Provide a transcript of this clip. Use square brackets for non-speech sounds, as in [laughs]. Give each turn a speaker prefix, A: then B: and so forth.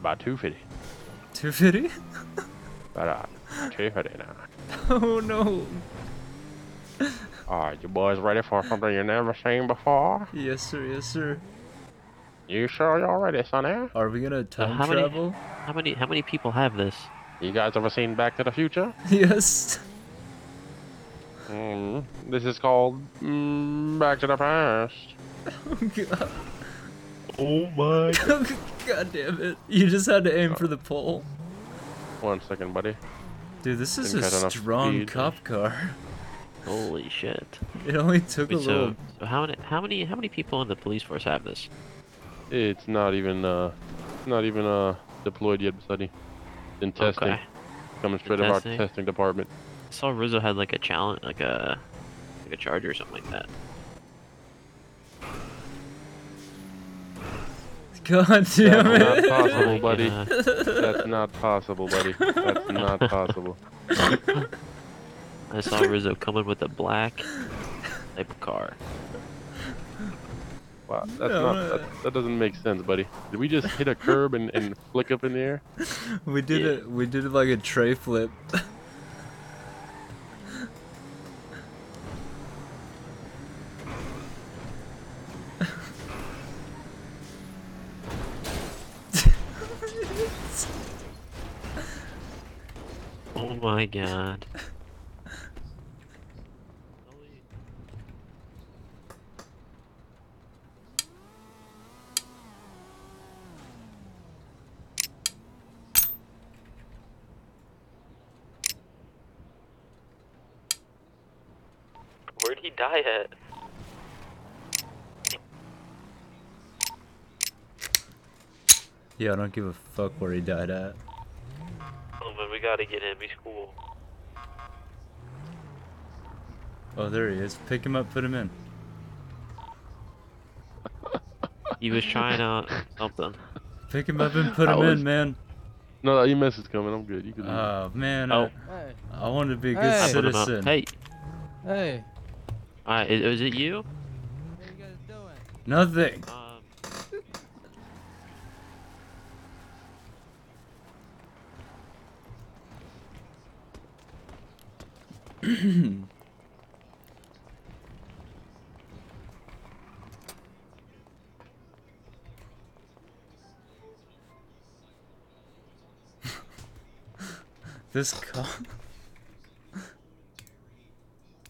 A: About 250.
B: 250?
A: About uh, 250 now.
B: [laughs] Oh no.
A: Are you boys ready for something you never seen before?
B: Yes, sir. Yes, sir.
A: You sure you're ready, Sonny?
B: Are we gonna time
C: how many-
B: travel?
C: How many how many people have this?
A: You guys ever seen Back to the Future?
B: [laughs] Yes.
A: Mm, this is called mm, Back to the Past.
B: Oh god. [laughs]
C: Oh my!
B: god damn it. You just had to aim for the pole.
A: One second, buddy.
B: Dude, this is a
A: Didn't cut enough
B: strong
A: speed.
B: cop car. [laughs]
C: Holy shit!
B: It only took a
C: Wait,
B: little.
C: so, so how many how many how many people in the police force have this?
A: It's not even uh, not even uh deployed yet, buddy. It's In testing,
C: Okay.
A: coming straight
C: In
A: out of our
C: testing.
A: testing
C: [laughs]
A: department.
C: I saw Rizzo had like a challenge, like a like a charger or something like that.
B: [laughs] God damn
A: That's not
B: it.
A: possible,
C: Like,
A: buddy.
C: uh,
A: That's not possible, buddy. That's
C: [laughs]
A: not possible.
C: I saw Rizzo coming with a black type of car.
A: Wow, that's
B: No,
A: not
B: uh,
A: that, that doesn't make sense, buddy. Did we just hit a curb and, and flick up in the air?
B: We did
C: Yeah.
B: it. We did it like a tray flip. [laughs]
C: Oh my god. Where'd he die at?
B: Yeah, I don't give a fuck where he died at.
C: Oh man, we gotta get him. He's cool.
B: Oh, there he is. Pick him up. Put him in.
C: He was trying out something.
B: Pick him up and put
A: That
B: him
A: was-
B: in, man.
A: No, your mess is coming. I'm good. You can.
B: Oh man.
C: Oh.
D: Hey,
B: I, I wanted to be a good
D: Hey.
C: I put him up.
B: citizen.
C: Hey,
D: hey,
C: uh, is, is it you?
D: what you guys doing?
B: Nothing.
C: Um,
B: This cop.